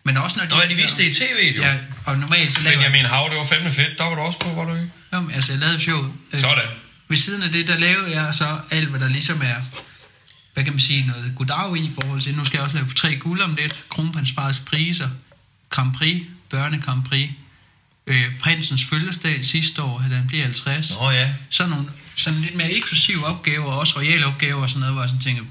Speaker 1: men også når de...
Speaker 2: Nå, ja, de viste det i tv, jo.
Speaker 1: Ja,
Speaker 2: Ja,
Speaker 1: og normalt så
Speaker 2: men
Speaker 1: laver
Speaker 2: jeg
Speaker 1: jeg...
Speaker 2: mener, hav, det var fandme fedt. Der var du også på, var du ikke?
Speaker 1: Jamen, altså, jeg lavede showet. Øh,
Speaker 2: Sådan.
Speaker 1: Ved siden af det, der lavede jeg så alt, hvad der ligesom er hvad kan man sige, noget goddag i i forhold til, nu skal jeg også lave tre guld om lidt, kronprinsparets priser, Grand Prix, børne Grand Prix, øh, prinsens fødselsdag sidste år, da han blev 50
Speaker 2: Nå ja.
Speaker 1: sådan nogle sådan lidt mere eksklusive opgaver, også royale opgaver og sådan noget, hvor jeg sådan tænker,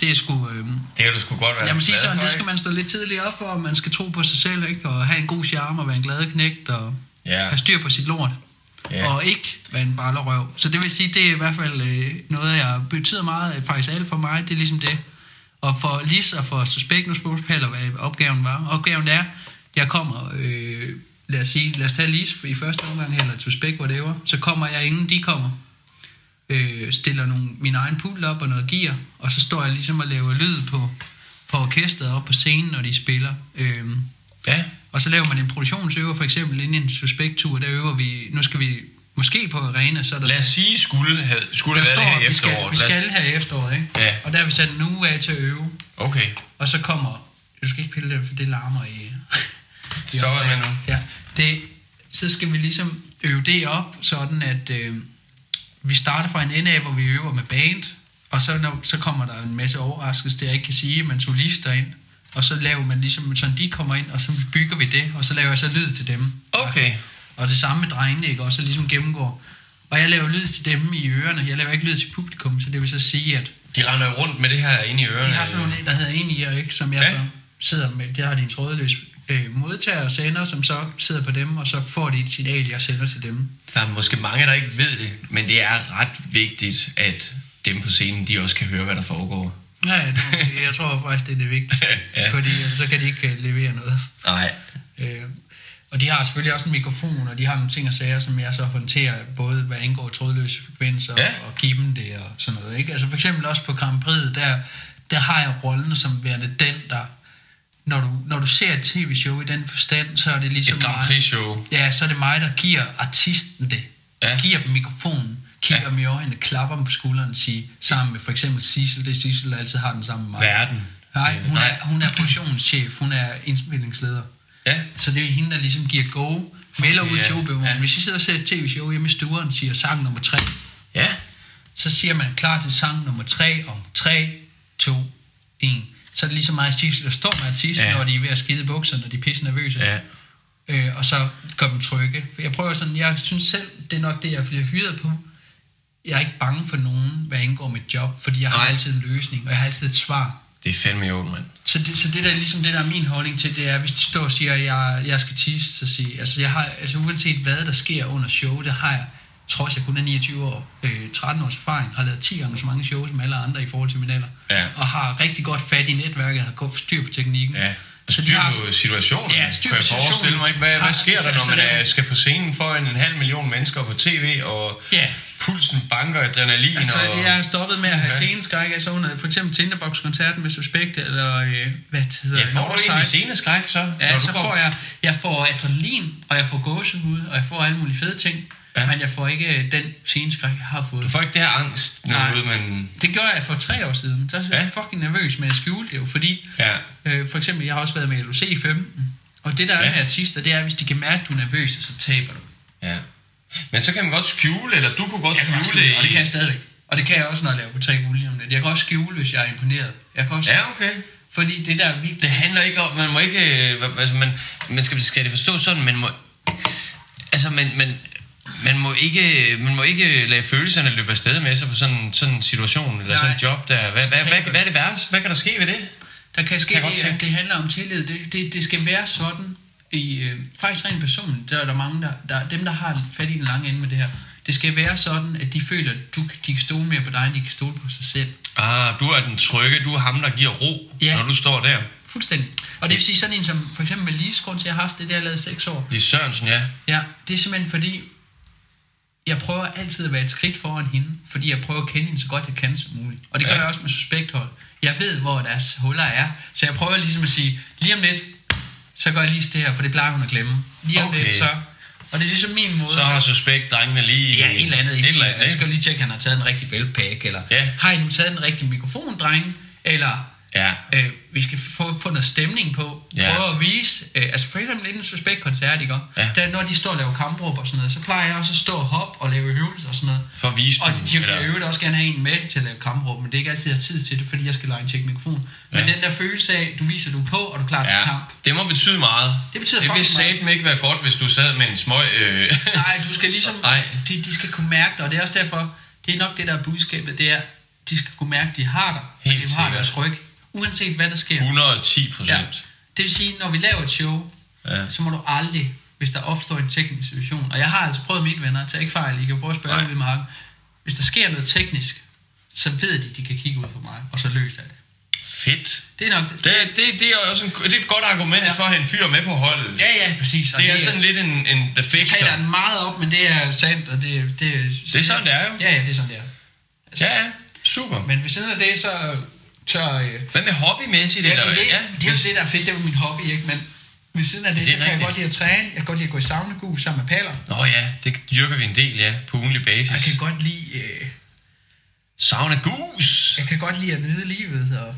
Speaker 1: det er sgu... Øh,
Speaker 2: Det kan du sgu godt være
Speaker 1: jeg må sige
Speaker 2: glad
Speaker 1: sådan,
Speaker 2: for,
Speaker 1: det
Speaker 2: ikke?
Speaker 1: skal man stå lidt tidligere op for, og man skal tro på sig selv, ikke? Og have en god charme og være en glad knægt og
Speaker 2: Ja,
Speaker 1: have styr på sit lort.
Speaker 2: Ja.
Speaker 1: Og ikke være en ballerøv. Så det vil sige, det er i hvert fald øh, noget, jeg betyder meget, øh, faktisk alt for mig, det er ligesom det. Og for Lis og for Suspekt, nu spørger hvad opgaven var. Opgaven er, jeg kommer, øh, lad os sige, lad os tage Lis i første omgang, eller Suspekt, whatever, så kommer jeg inden de kommer. Øh, stiller nogle, min egen pool op og noget gear, og så står jeg ligesom og laver lyd på, på orkestret op på scenen, når de spiller. Øh,
Speaker 2: ja.
Speaker 1: og så laver man en produktionsøver, for eksempel inden en suspekttur, der øver vi, nu skal vi måske på arena, så er der,
Speaker 2: Lad os sige, skulle have, skulle
Speaker 1: der
Speaker 2: have
Speaker 1: står,
Speaker 2: været det her
Speaker 1: vi skal,
Speaker 2: efterår.
Speaker 1: vi skal have efteråret, ikke?
Speaker 2: Ja.
Speaker 1: Og der har vi sat en uge af til at øve,
Speaker 2: Okay,
Speaker 1: og så kommer, du skal ikke pille det, for det larmer i... i
Speaker 2: stopper
Speaker 1: optagelsen.
Speaker 2: jeg med nu.
Speaker 1: Ja, det, så skal vi ligesom øve det op, sådan at øh, vi starter fra en ende af, hvor vi øver med band, og så, når, så kommer der en masse overraskelser, det jeg ikke kan sige, men solister ind, Og så laver man ligesom, sådan de kommer ind, og så bygger vi det, og så laver jeg så lyd til dem.
Speaker 2: Okay.
Speaker 1: Og det samme med drengene, ikke? Også ligesom gennemgår. Og jeg laver lyd til dem i ørerne. Jeg laver ikke lyd til publikum, så det vil så sige, at
Speaker 2: De render jo rundt med det her inde i ørerne.
Speaker 1: de har sådan nogle, der hedder en i ikke? Som jeg
Speaker 2: Ja.
Speaker 1: så sidder med. Der har de en trådløs øh, modtager og sender, som så sidder på dem, og så får de et signal, jeg sender til dem.
Speaker 2: Der er måske mange, der ikke ved det, men det er ret vigtigt, at dem på scenen, de også kan høre, hvad der foregår.
Speaker 1: Ja, jeg tror, jeg tror faktisk, det er det vigtigste.
Speaker 2: Ja.
Speaker 1: ja. Fordi ellers så kan de ikke øh, levere noget.
Speaker 2: Nej.
Speaker 1: Øh, og de har selvfølgelig også en mikrofon, og de har nogle ting og sager, som jeg så håndterer, både hvad angår trådløse frekvenser
Speaker 2: Ja.
Speaker 1: ja. og give dem det og sådan noget. Ikke? Altså for eksempel også på Grand Prix, der, der har jeg rollen som værende den, der... Når du, når du ser et tv-show i den forstand, så er det ligesom
Speaker 2: Et Grand
Speaker 1: mig,
Speaker 2: Prix-show.
Speaker 1: ja, så er det mig, der giver artisten det.
Speaker 2: Ja.
Speaker 1: Ja. Giver dem mikrofonen, kigger
Speaker 2: Ja.
Speaker 1: ja. dem i øjnene, klapper dem på skulderen og siger, sammen med for eksempel Sissel, det er Sissel, der altid har den samme med mig.
Speaker 2: Verden.
Speaker 1: Nej, hun
Speaker 2: Nej.
Speaker 1: er, hun er produktionschef, hun er indspillingsleder.
Speaker 2: Ja.
Speaker 1: Så det er hende, der ligesom giver go, melder ud
Speaker 2: Ja,
Speaker 1: til ob
Speaker 2: ja.
Speaker 1: ja. Hvis I sidder og ser et tv-show hjemme i stuen, siger sang nummer 3,
Speaker 2: Ja.
Speaker 1: så siger man klar til sang nummer 3 om 3, 2, 1. Så er det ligesom meget Sissel, der står med artisten,
Speaker 2: Ja.
Speaker 1: ja. når de er ved at skide i bukserne, når de er pisse nervøse.
Speaker 2: Ja.
Speaker 1: Øh, og så gør dem trygge. For Jeg prøver sådan, jeg synes selv, det er nok det, jeg bliver hyret på. Jeg er ikke bange for nogen, hvad angår mit job, fordi jeg har
Speaker 2: Nej.
Speaker 1: altid en løsning, og jeg har altid et svar.
Speaker 2: Det er fandme jo, mand.
Speaker 1: Så det, så det der ligesom det der er min holdning til, det er, hvis de står og siger, at jeg, jeg skal tisse, så sig, altså, jeg har, altså uanset hvad der sker under show, det har jeg, trods jeg kun er 29 år, øh, 13 års erfaring, har lavet 10 gange så mange shows som alle andre i forhold til min alder,
Speaker 2: Ja.
Speaker 1: og har rigtig godt fat i netværket, har godt styr på teknikken.
Speaker 2: Ja.
Speaker 1: Så de
Speaker 2: Styr
Speaker 1: Altså, har,
Speaker 2: på situationen.
Speaker 1: Ja, styr
Speaker 2: kan
Speaker 1: på
Speaker 2: jeg
Speaker 1: situationen.
Speaker 2: forestille mig ikke, hvad,
Speaker 1: Har-
Speaker 2: hvad sker der,
Speaker 1: så-
Speaker 2: når
Speaker 1: så
Speaker 2: man
Speaker 1: det er-
Speaker 2: er, skal på scenen for en, en halv million mennesker på tv, og
Speaker 1: Ja.
Speaker 2: pulsen banker adrenalin,
Speaker 1: Altså,
Speaker 2: og...
Speaker 1: jeg har stoppet med at have
Speaker 2: Okay.
Speaker 1: okay. sceneskræk, altså under for eksempel Tinderbox-koncerten med Suspekt, eller øh, hvad det hedder
Speaker 2: Ja, får du
Speaker 1: Northside.
Speaker 2: egentlig sceneskræk så?
Speaker 1: Ja,
Speaker 2: når
Speaker 1: så
Speaker 2: du går-
Speaker 1: får jeg, jeg får adrenalin, og jeg får gåsehud, og jeg får alle mulige fede ting.
Speaker 2: Ja.
Speaker 1: Ja. Men jeg får ikke øh, den sceneskræk, jeg har fået.
Speaker 2: Du får ikke det her angst, når
Speaker 1: Nej.
Speaker 2: du er ude, men...
Speaker 1: Det gjorde jeg for tre år siden. Så var jeg
Speaker 2: Ja.
Speaker 1: fucking nervøs, men jeg skjulte det jo, fordi...
Speaker 2: Ja.
Speaker 1: Øh, for eksempel, jeg har også været med i LOC i 15. Og det, der
Speaker 2: Ja.
Speaker 1: er med artister, det er, hvis de kan mærke, at du er nervøs, så taber du.
Speaker 2: Ja. Men så kan man godt skjule, eller du kunne godt
Speaker 1: Jeg kan også
Speaker 2: skjule...
Speaker 1: skjule, og det kan jeg stadigvæk. Og det kan jeg også, når jeg laver på tre William. Jeg kan også skjule, hvis jeg er imponeret. Jeg kan også...
Speaker 2: Ja, okay.
Speaker 1: Fordi det der er vigtigt.
Speaker 2: Det handler ikke om, man må ikke, øh, hva- altså man, man skal, skal det forstå sådan, man må, altså man, man, man må ikke, man må ikke lade følelserne løbe afsted med sig på sådan, sådan en situation, eller Nej.
Speaker 1: Nej.
Speaker 2: sådan en job der. Hvad, hvad, hvad,
Speaker 1: Totalt.
Speaker 2: hvad, er det værste? Hvad kan der ske ved det?
Speaker 1: Der kan ske
Speaker 2: Kan jeg godt
Speaker 1: det,
Speaker 2: tænke.
Speaker 1: at det handler om tillid. Det, det, det skal være sådan. I, øh, faktisk rent personligt, der er der mange, der, der, dem der har fat i den lange ende med det her. Det skal være sådan, at de føler, at du, de kan stole mere på dig, end de kan stole på sig selv.
Speaker 2: Ah, du er den trygge, du er ham, der giver ro,
Speaker 1: Ja.
Speaker 2: når du står der.
Speaker 1: Fuldstændig. Og det vil sige sådan en som, for eksempel med Lise, grund til, at jeg har haft det der, jeg lavede seks år.
Speaker 2: Lige Sørensen, ja.
Speaker 1: Ja, det er simpelthen fordi, jeg prøver altid at være et skridt foran hende, fordi jeg prøver at kende hende så godt jeg kan som muligt. Og det gør
Speaker 2: Ja.
Speaker 1: ja. jeg også med suspekthold. Jeg ved, hvor deres huller er, så jeg prøver ligesom at sige, lige om lidt, så gør jeg lige det her, for det plejer hun at glemme. Lige om
Speaker 2: Okay.
Speaker 1: okay. lidt, så... Og det er ligesom min måde...
Speaker 2: Så har suspekt drengene lige...
Speaker 1: Ja, et eller andet.
Speaker 2: Et eller
Speaker 1: Jeg
Speaker 2: andet,
Speaker 1: skal
Speaker 2: ikke?
Speaker 1: lige tjekke, at han har taget en rigtig bæltpakke, eller
Speaker 2: Ja.
Speaker 1: har I nu taget den rigtige mikrofon, drenge? Eller
Speaker 2: Ja.
Speaker 1: øh, vi skal få, få noget stemning på.
Speaker 2: Ja.
Speaker 1: Ja. Prøve at vise, øh, altså for eksempel lidt en suspekt koncert, ikke?
Speaker 2: Ja.
Speaker 1: Ja. Der, når de står og laver kampråb og sådan noget, så plejer jeg også at stå og hoppe og lave øvelser og sådan noget.
Speaker 2: For at vise
Speaker 1: Og
Speaker 2: dem,
Speaker 1: de vil
Speaker 2: eller-
Speaker 1: i øvrigt også gerne have en med til at lave kampråb, men det er ikke altid, jeg har tid til det, fordi jeg skal lege en tjekke mikrofon. Men
Speaker 2: Ja.
Speaker 1: den der følelse af, du viser, du er på, og du er klar til
Speaker 2: Ja,
Speaker 1: kamp.
Speaker 2: det må betyde meget.
Speaker 1: Det betyder
Speaker 2: det vil
Speaker 1: fucking meget.
Speaker 2: satme ikke være godt, hvis du sad med en smøg... Øh.
Speaker 1: Nej, du skal ligesom...
Speaker 2: Nej.
Speaker 1: De, de skal kunne mærke dig, og det er også derfor, det er nok det, der er budskabet, det er, de skal kunne mærke, de har dig,
Speaker 2: Helt
Speaker 1: og de har
Speaker 2: sikkert.
Speaker 1: deres ryg, uanset hvad der sker.
Speaker 2: 110
Speaker 1: Ja.
Speaker 2: procent.
Speaker 1: Det vil sige, når vi laver et show,
Speaker 2: Ja.
Speaker 1: ja. så må du aldrig, hvis der opstår en teknisk situation, og jeg har altså prøvet mine venner, tag ikke fejl, I kan prøve at spørge
Speaker 2: Nej.
Speaker 1: ud i marken, hvis der sker noget teknisk, så ved de, de kan kigge ud på mig, og så løser jeg det.
Speaker 2: Fedt.
Speaker 1: Det er nok det.
Speaker 2: Det, det, det er også en, det er et godt argument ja.
Speaker 1: Ja.
Speaker 2: for at have en fyr med på holdet.
Speaker 1: Ja, ja, præcis. Og
Speaker 2: det, er sådan lidt en, en the fixer.
Speaker 1: taler den meget op, men det er sandt, og det, det,
Speaker 2: Det er sådan, det er jo.
Speaker 1: Ja, ja, det er sådan, det er.
Speaker 2: Ja, ja. Super.
Speaker 1: Men ved siden af det, så... så øh,
Speaker 2: Hvad med hobbymæssigt?
Speaker 1: Ja, det,
Speaker 2: eller?
Speaker 1: er det,
Speaker 2: ja.
Speaker 1: det er jo det, der er fedt, det er jo min hobby, ikke? Men ved siden af det, det
Speaker 2: Det er
Speaker 1: så kan jeg
Speaker 2: rigtigt.
Speaker 1: godt lide at træne, jeg kan godt lide at gå i saunagus sammen med paler.
Speaker 2: Nå ja, det dyrker vi en del, ja. På ugenlig
Speaker 1: Jeg
Speaker 2: basis.
Speaker 1: kan godt lide, øh,
Speaker 2: Sauna gus.
Speaker 1: jeg kan godt lide at nyde livet og,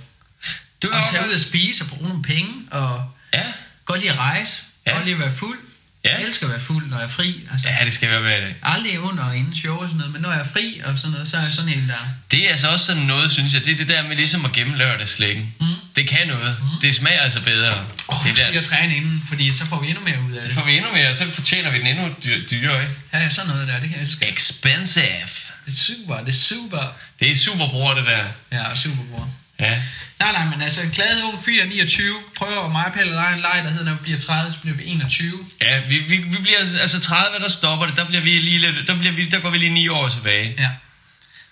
Speaker 2: Du er
Speaker 1: og
Speaker 2: også...
Speaker 1: tage ud og spise og bruge nogle penge og
Speaker 2: Ja.
Speaker 1: godt lide at rejse,
Speaker 2: Ja.
Speaker 1: ja. godt lide at være fuld.
Speaker 2: Ja.
Speaker 1: Jeg elsker at være fuld, når jeg er fri. Altså,
Speaker 2: ja, det skal være hver dag.
Speaker 1: Aldrig under og inden show og sådan noget, men når jeg er fri og sådan noget, så er jeg sådan helt der.
Speaker 2: Det er altså også sådan noget, synes jeg. Det er det der med ligesom at gemme lørdagsslækken. Mm. Det kan noget. Mm. Det smager altså bedre.
Speaker 1: Oh,
Speaker 2: det
Speaker 1: det er at træne inden, fordi så får vi endnu mere ud af
Speaker 2: Det
Speaker 1: det.
Speaker 2: får vi endnu mere, og så fortjener vi den endnu dy- dyrere, ikke?
Speaker 1: Ja, ja, sådan noget der, det kan jeg elske.
Speaker 2: Expensive.
Speaker 1: Det er super, det er super.
Speaker 2: Det er super bruger, det der.
Speaker 1: Ja, super bror.
Speaker 2: Ja.
Speaker 1: Nej, nej, men altså, en glad ung fyr 29, prøver at mig pille en leg, der hedder, når vi bliver 30, så bliver vi 21.
Speaker 2: Ja, vi, vi, vi bliver altså 30, der stopper det. Der bliver vi lige lidt, der, bliver vi, der går vi lige 9 år tilbage.
Speaker 1: Ja.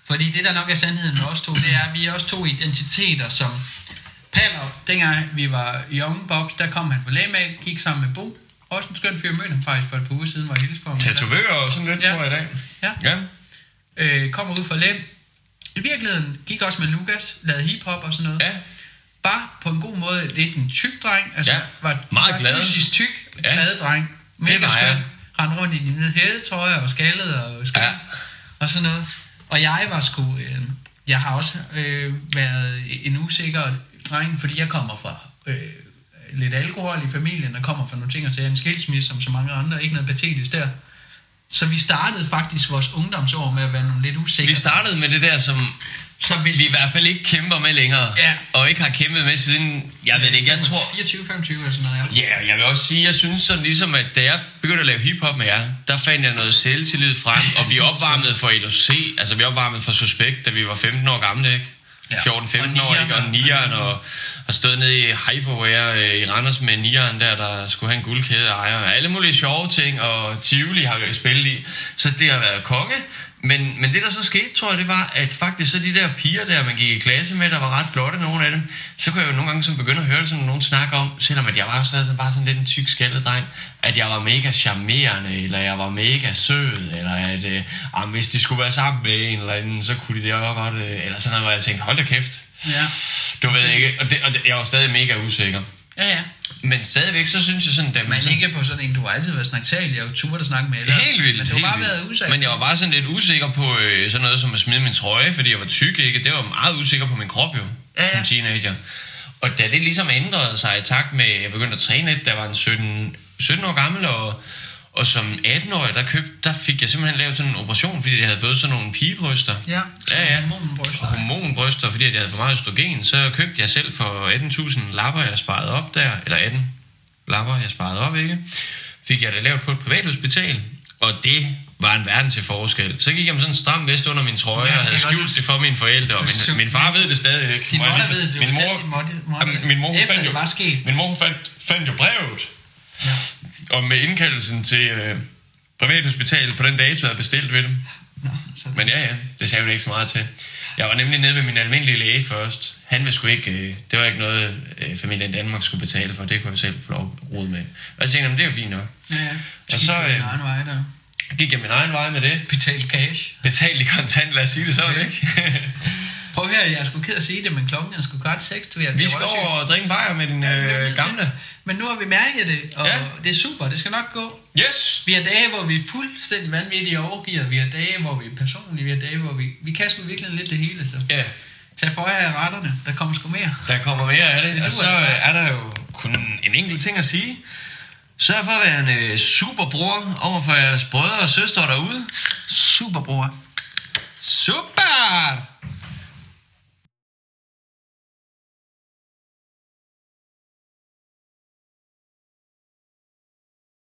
Speaker 1: Fordi det, der nok er sandheden med os to, det er, at vi er også to identiteter, som Paller, dengang vi var i Young Bobs, der kom han fra lægemag, gik sammen med Bo. Også en skøn fyr, mødte ham faktisk for et par uger siden, var jeg hilse på ham.
Speaker 2: Tatovører og sådan lidt,
Speaker 1: Ja.
Speaker 2: tror jeg i dag.
Speaker 1: Ja.
Speaker 2: Ja.
Speaker 1: Øh, kommer ud fra Lem. I virkeligheden gik også med Lukas, lavede hiphop og sådan noget.
Speaker 2: Ja.
Speaker 1: Bare på en god måde lidt en tyk dreng. Altså,
Speaker 2: Ja,
Speaker 1: var,
Speaker 2: meget
Speaker 1: var
Speaker 2: glad.
Speaker 1: Fysisk tyk,
Speaker 2: Ja.
Speaker 1: glad dreng. Mega
Speaker 2: var jeg.
Speaker 1: skøn. Rendte rundt i dine hættetrøjer og skaldet og skøn.
Speaker 2: Ja.
Speaker 1: Og sådan noget. Og jeg var sgu... Øh, jeg har også øh, været en usikker dreng, fordi jeg kommer fra... Øh, lidt alkohol i familien, og kommer fra nogle ting, og så er jeg en skilsmisse, som så mange andre, ikke noget patetisk der. Så vi startede faktisk vores ungdomsår med at være nogle lidt usikre.
Speaker 2: Vi startede med det der, som
Speaker 1: så hvis
Speaker 2: vi i hvert fald ikke kæmper med længere.
Speaker 1: Ja.
Speaker 2: Og ikke har kæmpet med siden, jeg ved det ikke, jeg tror...
Speaker 1: 24-25 eller sådan noget, ja.
Speaker 2: Ja, yeah, jeg vil også sige, jeg synes sådan ligesom, at da jeg begyndte at lave hiphop med jer, der fandt jeg noget selvtillid frem, og vi opvarmede for LOC, altså vi opvarmede for Suspekt, da vi var 15 år gamle, ikke?
Speaker 1: Ja.
Speaker 2: 14-15
Speaker 1: Og
Speaker 2: år, ikke? Og
Speaker 1: nieren.
Speaker 2: nieren, og, og stod nede i Hyperware øh, i Randers med nieren der, der skulle have en guldkæde og ejer, og alle mulige sjove ting, og Tivoli har vi spillet i, så det har været konge. Men, men det der så skete, tror jeg, det var, at faktisk så de der piger der, man gik i klasse med, der var ret flotte, nogle af dem, så kunne jeg jo nogle gange som begynde at høre det, som nogen snakker om, selvom at jeg var stadig sådan- bare sådan lidt en tyk skaldet dreng, at jeg var mega charmerende, eller jeg var mega sød, eller at øh, ah, hvis de skulle være sammen med en eller anden, så kunne de det også godt, øh, eller sådan noget, hvor jeg tænkte, hold da kæft,
Speaker 1: Ja,
Speaker 2: du ved ikke, og, det, og det, jeg var stadig mega usikker.
Speaker 1: ja. ja.
Speaker 2: Men stadigvæk, så synes jeg sådan, at
Speaker 1: Men ikke på sådan en, du har altid været snaksagelig og turde at snakke med. Eller?
Speaker 2: Helt vildt,
Speaker 1: Men du har
Speaker 2: helt
Speaker 1: bare
Speaker 2: vildt.
Speaker 1: været usikker.
Speaker 2: Men jeg var bare sådan lidt usikker på øh, sådan noget som at smide min trøje, fordi jeg var tyk, ikke? Det var jeg meget usikker på min krop jo,
Speaker 1: Ja, ja.
Speaker 2: som teenager. Og da det ligesom ændrede sig i takt med, at jeg begyndte at træne lidt, da jeg var en 17, 17 år gammel, og, og som 18-årig, der, købte, der fik jeg simpelthen lavet sådan en operation, fordi jeg havde fået sådan nogle pigebryster.
Speaker 1: Ja,
Speaker 2: ja, ja.
Speaker 1: hormonbryster.
Speaker 2: Hormonbryster, fordi at jeg havde for meget østrogen, så købte jeg selv for 18.000 lapper, jeg sparede op der, eller 18 lapper, jeg sparede op, ikke? Fik jeg det lavet på et privathospital, og det var en verden til forskel. Så gik jeg med sådan en stram vest under min trøje,
Speaker 1: Ja,
Speaker 2: og
Speaker 1: det
Speaker 2: havde
Speaker 1: kan jeg
Speaker 2: skjult det for mine forældre, og min, min far ved det stadig ikke.
Speaker 1: Din
Speaker 2: Må jeg
Speaker 1: mor
Speaker 2: lige-
Speaker 1: ved det jo
Speaker 2: min
Speaker 1: selv,
Speaker 2: mor,
Speaker 1: din mor- mor-
Speaker 2: Jamen, min mor hun
Speaker 1: Efter
Speaker 2: fandt
Speaker 1: det
Speaker 2: jo,
Speaker 1: var sket.
Speaker 2: Min mor hun fandt, fandt jo brevet,
Speaker 1: Ja.
Speaker 2: og med indkaldelsen til øh, privathospitalet på den dato, jeg havde bestilt ved dem.
Speaker 1: Nå, så
Speaker 2: Men ja, ja, det sagde hun ikke så meget til. Jeg var nemlig nede ved min almindelige læge først. Han ville sgu ikke, øh, det var ikke noget, øh, familien Danmark skulle betale for. Det kunne jeg selv få lov at rode med. Og jeg tænkte, jamen, det er jo fint nok.
Speaker 1: Ja, ja.
Speaker 2: Og så,
Speaker 1: gik du din
Speaker 2: øh,
Speaker 1: egen vej der.
Speaker 2: Gik jeg min egen vej med det.
Speaker 1: Betalt cash.
Speaker 2: Betalt i kontant, lad os sige det sådan, ikke?
Speaker 1: Prøv her, jeg er sgu ked at sige det, men klokken er sgu godt 6. Du, jeg,
Speaker 2: Vi skal over og drikke en bajer med den øh, gamle.
Speaker 1: Men nu har vi mærket det, og
Speaker 2: Ja.
Speaker 1: ja. det er super. Det skal nok gå.
Speaker 2: Yes!
Speaker 1: Vi har dage, hvor vi er fuldstændig vanvittige og overgivet. Vi har dage, hvor vi er personlige. Vi har dage, hvor vi... Vi kan sgu virkelig lidt det hele, så.
Speaker 2: Ja,
Speaker 1: Tag for jer af retterne. Der kommer sgu mere.
Speaker 2: der kommer mere af det.
Speaker 1: duer
Speaker 2: Og så
Speaker 1: ikke.
Speaker 2: øh, er der jo kun en enkelt ting at sige. Sørg for at være en øh, superbror over for jeres brødre og søstre derude.
Speaker 1: Superbror.
Speaker 2: Super!